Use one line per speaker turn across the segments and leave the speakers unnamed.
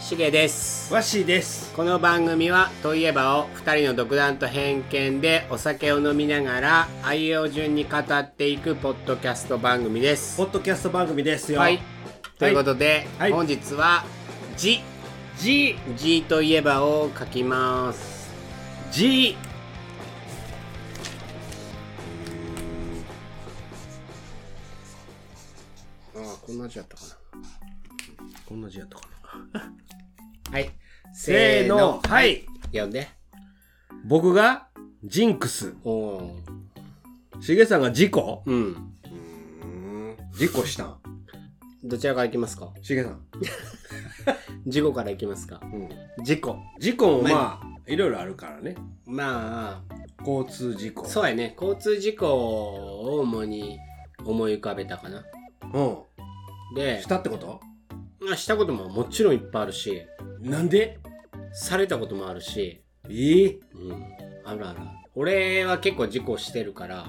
しげです
わっしーです
この番組は「といえば」を2人の独断と偏見でお酒を飲みながら愛用順に語っていくポッドキャスト番組です
ポッドキャスト番組ですよ
はいということで、
はい
本日は「じ」
G
「じ」といえばを書きます
G
ああこんな字やったかな
こんな字やったか な
はい
せーの
は
はいい
読んで
僕がジンクス
おお
しげさんが事故
うん
事故したん
どちらからいきますか
しげさん、
事故からいきますか
うん、
事故
事故もまあいろいろあるからね
まあ
交通事故
そうやね交通事故を主に思い浮かべたかな
う
で
んしたってこと
まあしたことももちろんいっぱいあるし
なんで
されたこともあるし
えー、
うんあるある俺は結構事故してるから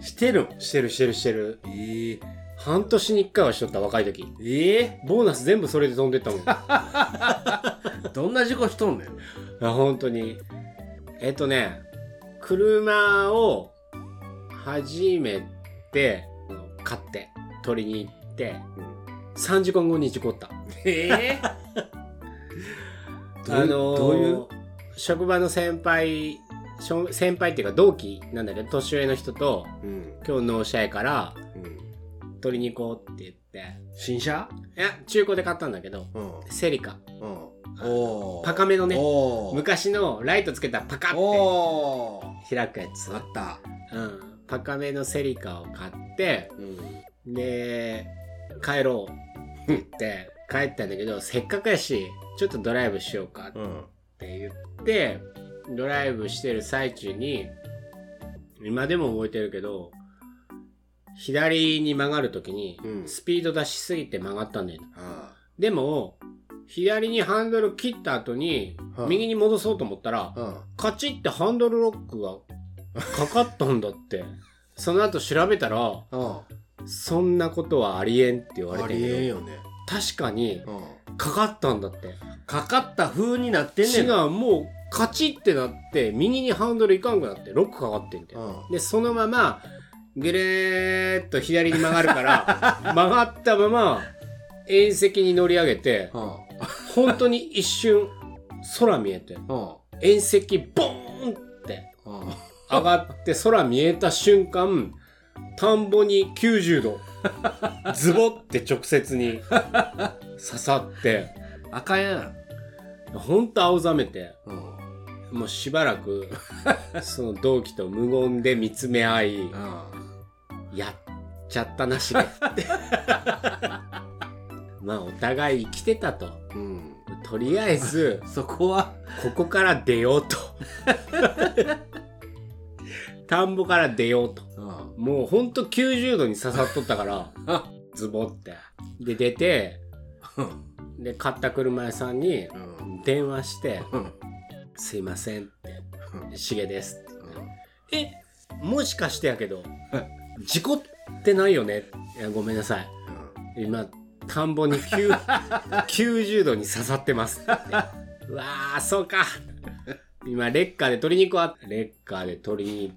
してる ん
してるしてるしてる
えー、
半年に1回はしとった若い時
え
ボーナス全部それで飛んで ったもんあ
ー、どんな事故しとんねん
本当にえっとね車を初めて買って取りに行って3時間後に事故った
えー、 どう
あのー
いうどういう
職場の先輩しょ先輩っていうか同期なんだけど年上の人と
うん
「今日納車やから
うん
取りに行こう」って言って
新車
いや中古で買ったんだけど
うん
セリカ
うんおー
パカめのね
おー
昔のライトつけたらパカって
おー
開くやつ
あ、った。
うん、パカめのセリカを買って
うん。
で帰ろうって言って帰ったんだけどせっかくやしちょっとドライブしようかって
うん。
って言ってドライブしてる最中に今でも覚えてるけど左に曲がる時に
うん
スピード出しすぎて曲がったんだよ、ね
あ
でも左にハンドル切った後に
はい
右に戻そうと思ったら
あ。うん。
カチッてハンドルロックがかかったんだって その後調べたら
あ
そんなことはありえんって言われ
あ
て
りえん
るけど
よね。
確かに
う
かかったんだって
ん。かかった風になってんね
違
ん。
うもうカチってなって右にハンドルいかんくなってロックかかってんだ
う
よ、
ん。
でそのままぐるーっと左に曲がるから 曲がったまま縁石に乗り上げて
うん。
本当に一瞬空見えて
うん。
縁石ボーンって
うん。
上がって空見えた瞬間田んぼに90度ズボって直接に刺さって
あかんやん。
ほんと青ざめて。
うん。
もうしばらくその同期と無言で見つめ合い
うん。
やっちゃったなしでまあお互い生きてたと
うん。
とりあえず
そこは、
ここから出ようと田んぼから出ようと
うん。
もうほんと90度に刺さっとったからズボってで出て
うん。
で買った車屋さんに
うん。
電話して
うん。
「すいません」って「しげです」ってえもしかしてやけど
え
事故ってないよねいやごめんなさい今田んぼに9 90度に刺さってますってうわーそうか今レッカーで取りに行こうレッカーで取りに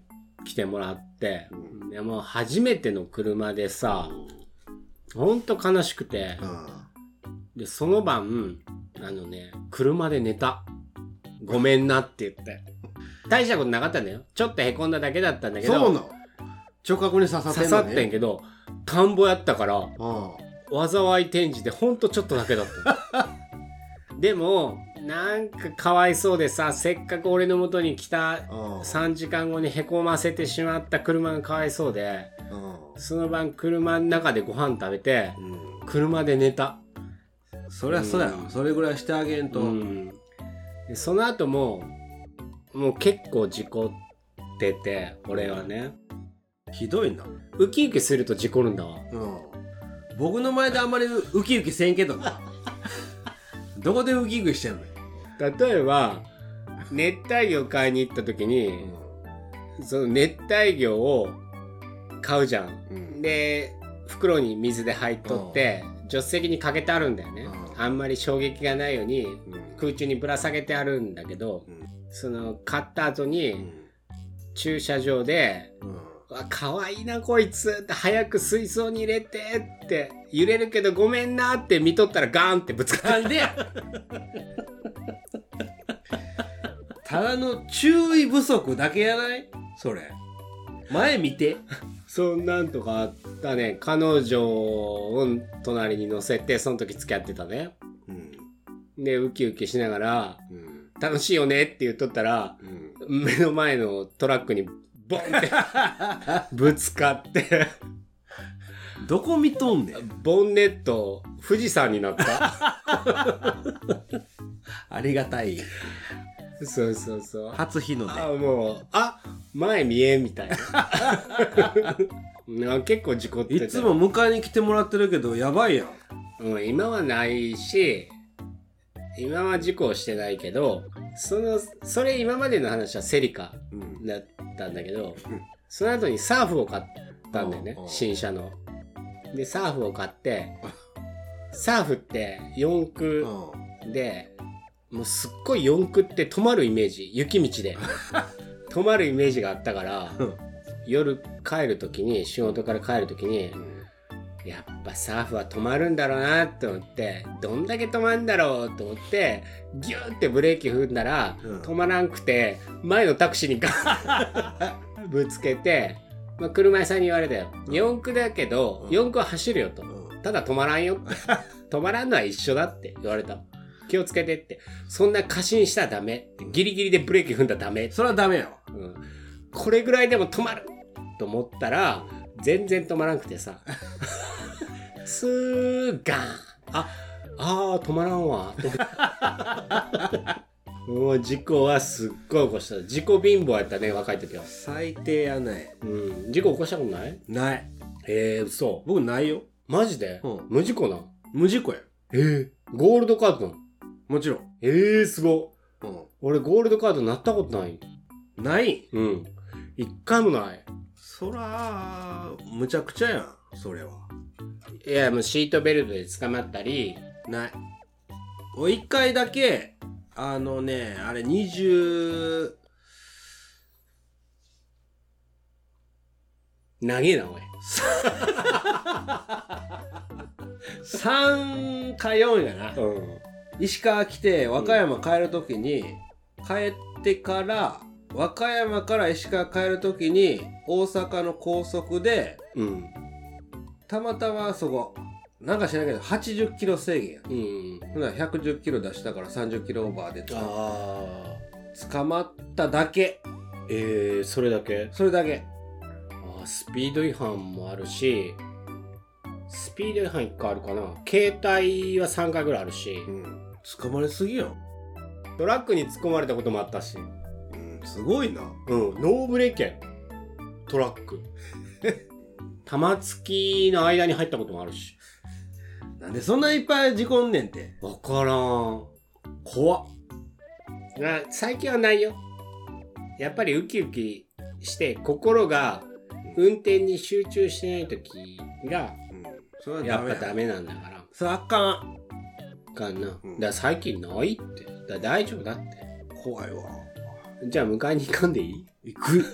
来てもらって、
う
いやもう初めての車でさほんと悲しくて
う、ん。
でその晩あのね車で寝たごめんなって言って大したことなかったんだよちょっとへこんだだけだったんだけど
そうなの直角に刺さっ
刺
てん
さ
の
っ
ね。
てんけど田んぼやったから
う
災い転じてほんとちょっとだけだった でもなんかかわいそうでさせっかく俺の元に来た
ん。うん。
3時間後にへこませてしまった車がかわいそうで
うん。
その晩車の中でご飯食べて
うん。
車で寝た
そりゃそうやろ。それぐらいしてあげんと。
うんでその後ももう結構事故ってて俺はね
ひどいな。
ウキウキすると事故るんだわ
うん、僕の前であんまりウキウキせんけど などこでウキウキしてんのよ、
例えば熱帯魚買いに行った時にその熱帯魚を買うじゃん
うん
で袋に水で入っとって助手席にかけてあるんだよね
うん
あんまり衝撃がないように
うん
空中にぶら下げてあるんだけど、
うん
その買った後
う
に
ん
駐車場で「うわ可愛いなこいつ」って「早く水槽に入れて」って「揺れるけどごめんな」って見とったらガーンってぶつかっ
なんでやただの注意不足だけやないそれ前見て
そんなんとかあったね彼女を隣に乗せてその時付き合ってたね
うん
でウキウキしながら
うん
「楽しいよね」って言っとったら
うん
目の前のトラックにボンってぶつかって
どこ見とんねん
ボンネット富士山になった
ありがたい
そうそうそう
初日の
あ
出
もうあ前見えんみたいなあ結構事故ってた
いつも迎えに来てもらってるけどやばいやん
うん、今はないし今は事故してないけどそのそれ今までの話はセリカ
うん
だったんだけ ど
うん
その後にサーフを買ったんだよね
おうおう
新車のでサーフを買って サーフって四駆でもうすっごい四駆って止まるイメージ雪道 で止まるイメージがあったから
うん
夜帰る時に仕事から帰る時にやっぱサーフは止まるんだろうなと思ってどんだけ止まるんだろうと思ってギューってブレーキ踏んだら、
うん
止まらんくて前のタクシーにガ ーンぶつけて、まあ、車屋さんに言われたよ
うん
四駆だけど
うん
四駆は走るよと
うん
ただ止まらんよって 止まらんのは一緒だって言われた気をつけてってそんな過信したらダメギリギリでブレーキ踏んだらダメ
それはダメよ
うんこれぐらいでも止まると思ったら全然止まらなくてさ スーガーンああー止まらんわと思って もう事故はすっごい起こした事故貧乏やったね若い時は、
最低やない
うん、事故起こしたことない
ない
えー、嘘
僕ないよ
マジで、
うん
無事故なん
無事故や
えー、ゴールドカードなん
もちろん、
えー、すごい俺ゴールドカードなったことない
ない
うん一回もない
そらむちゃくちゃやんそれはい
やもうシートベルトで捕まったり
ないお一回だけあのねあれ20
長えなおい
3か4やな
うん
石川来て和歌山帰る時に、帰ってから和歌山から石川帰る時に大阪の高速で
うん
たまたまそこなんか知らんけど80キロ制限や
うん
ほな110キロ出したから30キロオーバーでと
あ
捕まっただけ
ーえー、それだけ
それだけ
あースピード違反もあるしスピード違反1回あるかな携帯は3回ぐらいあるし
うん捕まりすぎやん、
トラックに突っ込まれたこともあったしうん
うん、すごいな
ノーブレーキやよトラック 玉突きの間に入ったこともあるし
なんでそんないっぱい事故んねんて
分からん
怖っ
あ最近はないよやっぱりウキウキして心が運転に集中してない時が
うんそれは
や
ダ
っ
メ
ぱ
や
ダメなんだから
それあかん
あかんな、
うん
だから最近ないってだから大丈夫だって
怖いわ
じゃあ迎えに行かんでいい
行 く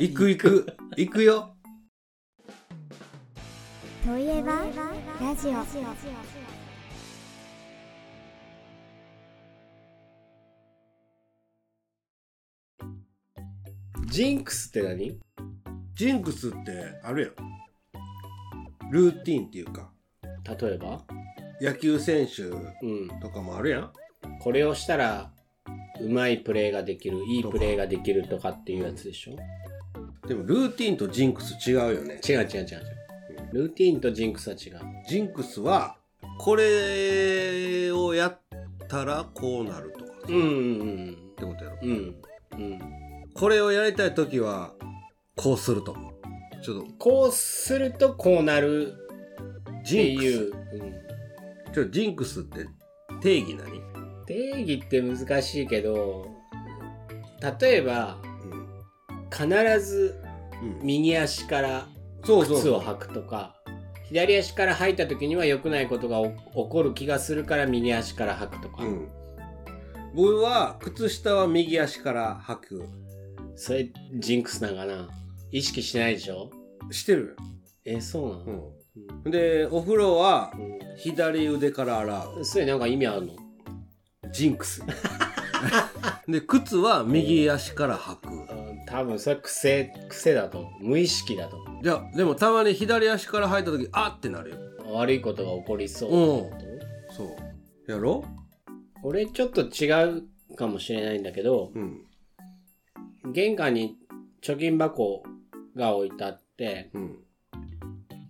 行く行く行くよ
といえばラジオ
ジンクスって何
ジンクスってあるやんルーティンっていうか
例えば
野球選手
うん
とかもあるやん
これをしたらうまいプレーができるいいプレーができるとかっていうやつでしょ
でもルーティンとジンクス違うよね
違う違う違う違うルーティーンとジンクスは違う
ジンクスはこれをやったらこうなるとか
うんうん
ってことやろ
うんうんうん
これをやりたい時はこうすると思うちょっと
こうするとこうなるって
ジンク
い
ス
う、うん
ちょっとジンクスって定義何、
定義って難しいけど例えば
うん
必ず右足から
そうそう
靴
そう
を履くとか左足から吐いた時には良くないことが起起こる気がするから右足から吐くとか、
うん。僕は靴下は右足から履く。
それジンクスなんかな意識しないでしょ
してる。
えそうなの、
う
うん
ん。で、お風呂は
うん
左腕から洗う。
それなんか意味あるの
ジン クス。で、靴は右足から履
あ
く。
ー多分それ癖癖だと思う無意識だと思
じゃあ、でもたまに左足から履いた時、あってなるよ。
う悪いことが起こりそうってこと
そう。やろ
俺ちょっと違うかもしれないんだけど
うん。
玄関に貯金箱が置いてあって
うん。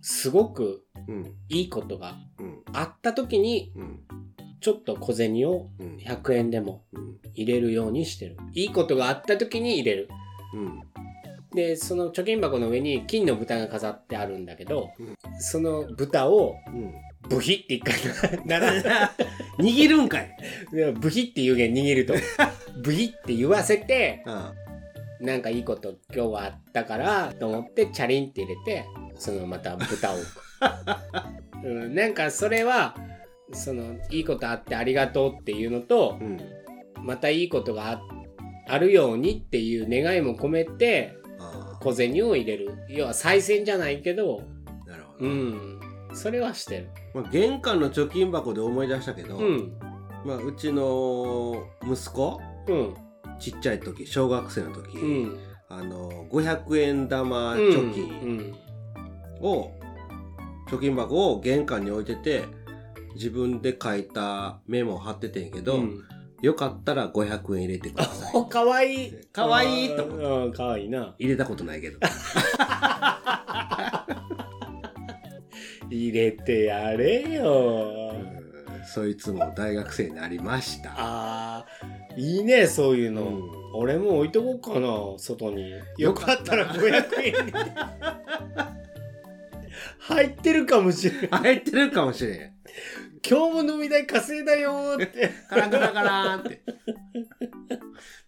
すごく
うん。
いいことが
うん。
あった時に
うん。
ちょっと小銭を
うん。
100円でも
うん。
入れるようにしてるいいことがあった時に入れる
うん。
でその貯金箱の上に金の蓋が飾ってあるんだけど、
うん
その蓋を
うん。
ブヒって一回なら
握るんかい。
いやブヒっていう言握るとブヒって言わせて
あ
なんかいいこと今日はあったからと思ってチャリンって入れてそのまた豚を置く、うん、なんかそれはそのいいことあってありがとうっていうのと
うん。
またいいことがああるようにっていう願いも込めて
あ
小銭を入れる要は再銭じゃないけど
あ。なるほど。
うんそれはしてる
まあ、玄関の貯金箱で思い出したけど、
うん
まあ、うちの息子
うん
ちっちゃい時小学生の時、
うん
あの500円玉貯
う
金
ん
を、貯金箱を玄関に置いてて自分で書いたメモを貼っててんけど、
うん
よかったら500円入れてくださ
お
い
かわいい
かわいいと思って
うんうんかわいいな
入れたことないけど
入れてやれよ
うんそいつも大学生になりました
あーいいねそういうの、
うん
俺も置いとこうかな外によかったら500円で入ってるかもしれん
入ってるかもしれん
今日も飲み代稼いだよーって
カラカラカラーンって。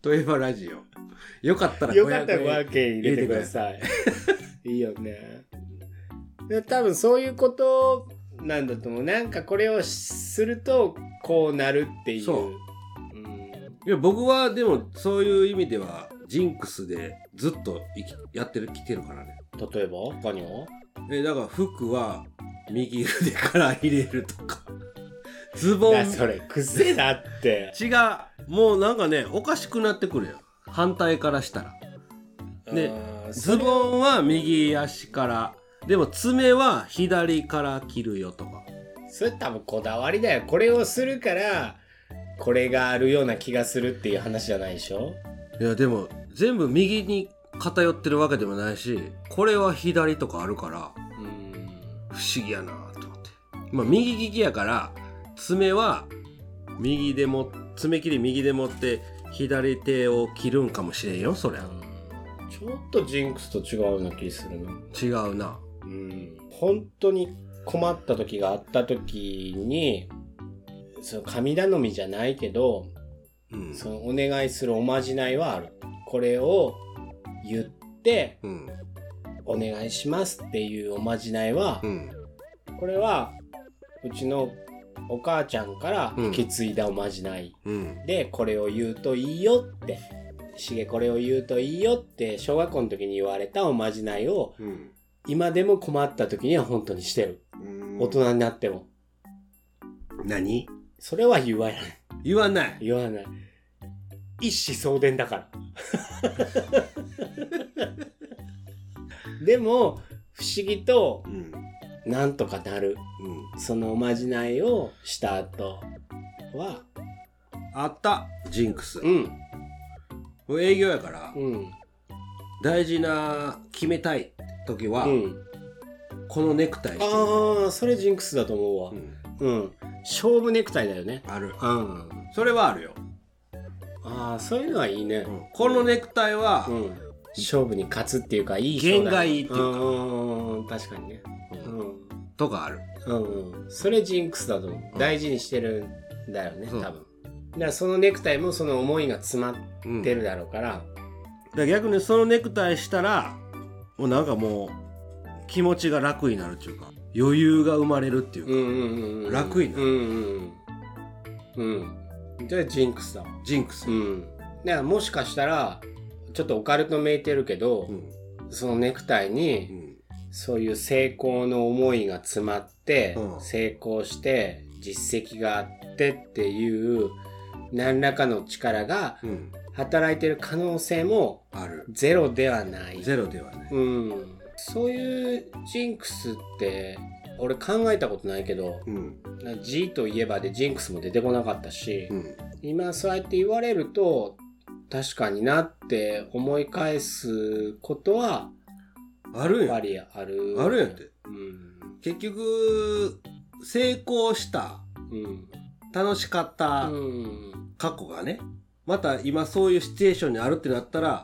といえばラジオ。よかったら
よかったら
500円。
500円入れてください。いいよね。で多分そういうことなんだと思う。なんかこれをするとこうなるっていう。
そう
うん
いや、僕はでもそういう意味では、ジンクスでずっと生きやってる、来てるからね。
例えば他には
え、だから服は右腕から入れると か。ズボン。
いやそれ癖だって。
違う。もうなんかね、おかしくなってくるよ。反対からしたら。で
うん
ズボンは右足から。でも爪は左から切るよとか。
それ多分こだわりだよ。これをするからこれがあるような気がするっていう話じゃないでしょ
いやでも全部右に偏ってるわけでもないしこれは左とかあるから
うん。
不思議やなと思ってまあ右利きやから爪は右でも爪切り右で持って左手を切るんかもしれんよそりゃ
ちょっとジンクスと違うような気するな。
違うな
うん、本当に困った時があった時にその神頼みじゃないけど
うん
そのお願いするおまじないはあるこれを言って
うん
お願いしますっていうおまじないは、
うん
これはうちのお母ちゃんから引き継いだおまじない
うん
でこれを言うといいよって「しげこれを言うといいよ」って小学校の時に言われたおまじないを
うん
今でも困った時には本当にしてる。
うん
大人になっても。
何
それは言わない。
言わない
言わない。一子相伝だから。 でも、不思議と、
うん
なんとかなる。
うん
そのおまじないをした後は、
あったジンクス
うん、
これ営業やから
うん、
大事な決めたい時は
うん。
このネクタイしてる
ああ、それジンクスだと思
う
うわ。
ん
うん。勝負ネクタイだよね。
ある
うん。
それはあるよ、
ああ、そういうのはいいね。
このネクタイは、
うん。勝負に勝つっていうか、いい
弦がいいっていうか
か。うん、確かにね。うん。
とかある
うんうん、それジンクスだと思
う
うん大事にしてるんだよね、
そう
多分だからそのネクタイもその思いが詰まっ
うん
て
だ
るだろうから、
から逆にそのネクタイしたらもうなんかもう気持ちが楽になるっていうか余裕が生まれるっていうか、
うんうんうんうん
楽いな
うんうんうんじゃあジンクスだわ
ジンクス
う、んだからもしかしたらちょっとオカルトめいてるけど、
うん
そのネクタイ
う
に
ん
そういう成功の思いが詰まって、
うん
成功して実績があってっていう何らかの力が
うん、
働いてる可能性も
ある
ゼロではない。
ゼロではない、
うん、そういうジンクスって俺考えたことないけど
うん
な G といえばでジンクスも出てこなかったし、
うん
今そうやって言われると確かになって思い返すことは
ある
やっ
ん
ぱ
や
りある。
あるんやって
うん。
結局成功した
うん。
楽しかった、
うん。
過去がねまた今そういうシチュエーションにあるってなったら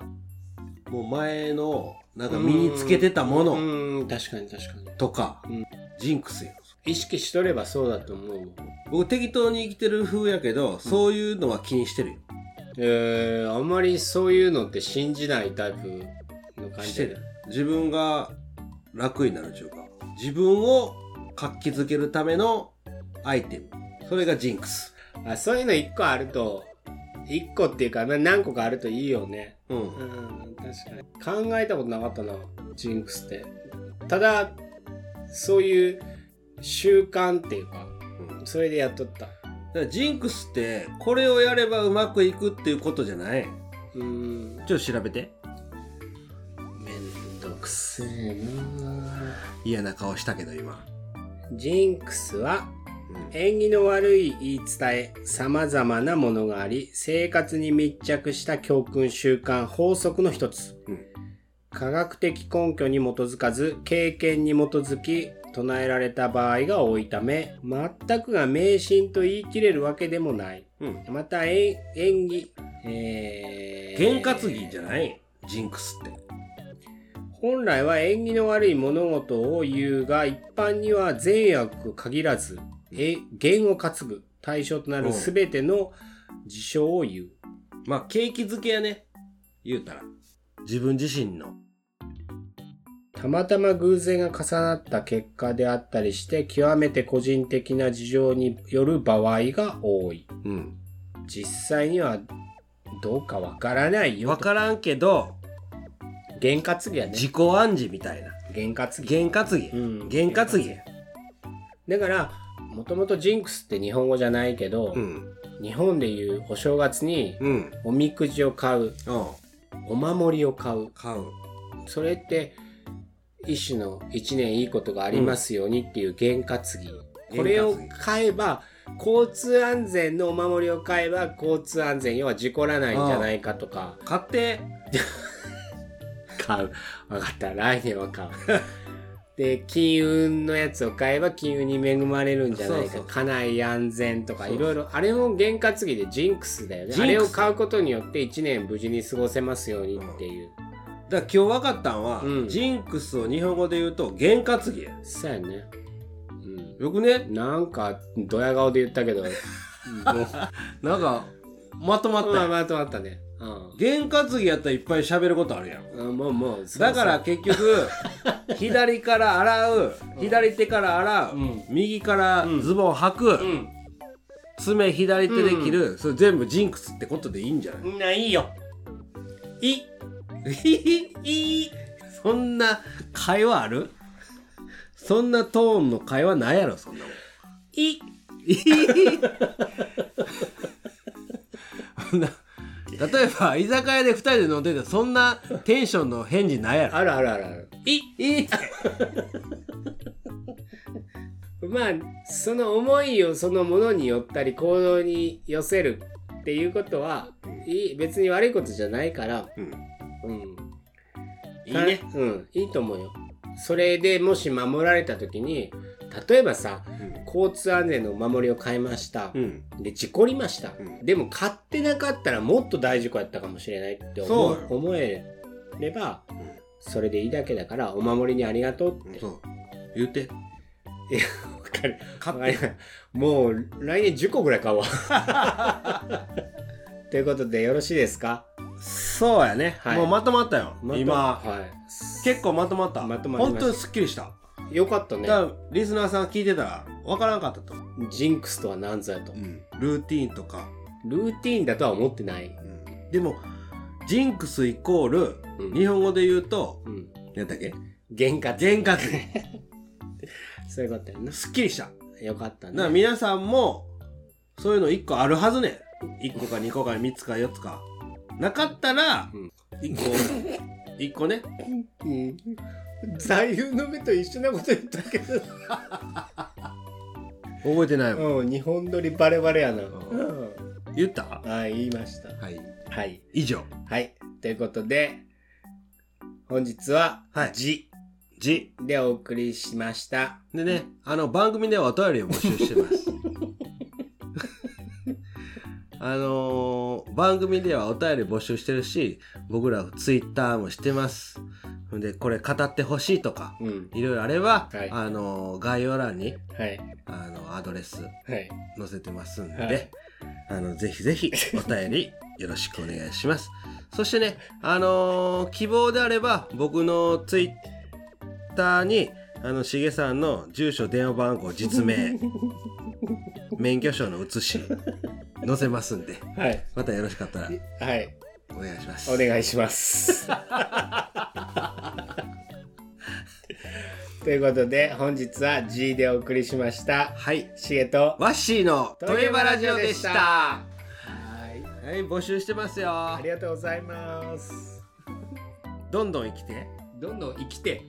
もう前のなんか身につけてたもの
うん、確かに確かに。
とか、
うん
ジンクスよ
意識しとればそうだと思う。
僕適当に生きてる風やけどそういうのは気にしてるよ、
えー、あんまりそういうのって信じないタイプの感
し
じ
て
で
る。自分が楽になるというか自分を活気づけるためのアイテムそれがジンクス
あそういうの一個あると、一個っていうか、まあ、何個かあるといいよね。
うん、
うん、確かに。考えたことなかったな、ジンクスって。ただ、そういう習慣っていうか、
うんだか
それでやっとった。
らジンクスってこれをやればうまくいくっていうことじゃない
うん。
ちょっと調べて
めんどくせえな
嫌な顔したけど今、
ジンクスは
うん
縁起の悪い言い伝え、様々なものがあり、生活に密着した教訓習慣法則の一つ。
うん
科学的根拠に基づかず、経験に基づき、唱えられた場合が多いため、全くが迷信と言い切れるわけでもない。
うん
また、え縁起、えー
験担ぎじゃないジンクスって。
本来は縁起の悪い物事を言うが一般には善悪限らずえ言を担ぐ対象とな
う
る
ん
全ての事象を言う
まあ、景気づけやね。言うたら。自分自身の。
たまたま偶然が重なった結果であったりして極めて個人的な事情による場合が多い
うん。
実際にはどうかわからないよ
わからんけど、
験担ぎやね
自己暗示みたいな。
験担ぎ
験担ぎ。
うん
験担ぎ。
だからもともとジンクスって日本語じゃないけど、
うん。
日本でいうお正月に
うん。うん。
おみくじを買うお守りを買う
買う。
それって一種の一年いいことがありますようにっていう験担ぎ、
ぎ
これを買えば交通安全のお守りを買えば交通安全要は事故らないんじゃないかとか
買って、
買う分かった来年は買う で金運のやつを買えば金運に恵まれるんじゃない
そう
か
そ
家
う
内安全とか
そう
いろいろあれも験担ぎでジンクスだよね
ジン
あ
クス
れを買うことによって一年無事に過ごせますようにっていう、
だから今日分かったんは、
うん
ジンクスを日本語で言うと、験担ぎや。
そうやね。う
よくね
ん。なんか、ドヤ顔で言ったけど、もう、
なんか、まとまった
まあ
やん。
まとまったね。う
験担ぎやったらいっぱい喋ることあるやん。
ん。うんもう、もう、そう
だから、結局左から洗う左手から洗う、
うん
右からズボン履く、
そううん。
爪左手で切る、それ全部ジンクスってことでいいんじゃない、
みんないいよ。い、いい。
そんな会話あるそんなトーンの会話ないやろそんなもん
い、
そんな例えば居酒屋で2人で飲んでてそんなテンションの返事ないやろ
あるあるあるある。い、いい。まあ、その思いをそのものによったり行動に寄せるっていうことは、いい別に悪いことじゃないから、
うん
うん、
いいね、
うん、いいと思うよそれでもし守られた時に例えばさ交通安全のお守りを買いました、
うん
で事故りました、
うん
でも買ってなかったらもっと大事故やったかもしれないって思
そうよ
う思えれば、
ん
それでいいだけだからお守りにありがとうって、
そう言うて
わかる
勝
わかりましたもう来年10個ぐらい 買うわということでよろしいですか
そうやね、
はい
もうまとまったよ、
また
今
はい
結構まとまった
まとまりました
本当にすっきりした
よかったね
だからリスナーさん聞いてたら分からんかったと、
ジンクスとは何ぞやと
ルーティーンとか、
ルーティーンだとは思ってない
うんでもジンクスイコール
うん
日本語で言うと
うん
何だっけ
原価
験担
そういうことやな
すっきりしただか
よかった
ら
ね
皆さんもそういうの1個あるはずねん1個か2個か3つか4つかなかったら
うん
1個1個ね
うん座右の目と一緒なこと言ったけど
覚えてないん
うん日本撮りバレバレやな、
うん
う
言ったは
んはい言いました
い
はい
以上
はいということで本日は
はい
「じ、
じ
でお送りしました
でねあの番組ではお便りを募集してます あのー番組ではお便り募集してるし僕らツイッターもしてますでこれ語ってほしいとか
うん
いろいろあれば、
はい
あのー概要欄に
はい
あのアドレス
はい
載せてますんで、
はい
あのぜひぜひお便りよろしくお願いします そしてねあのー希望であれば僕のツイッターにあのしげさんの住所電話番号 実名免許証の写し載せますんで
はい
またよろしかったら
はい
お願いします
お願いします ということで本日は「G」でお送りしました
はい
しげと
ワッシーの「トイバラジオ」でしたは
はい
い募集してますよ
ありがとうございます
どんどん生きて
どんどん生きて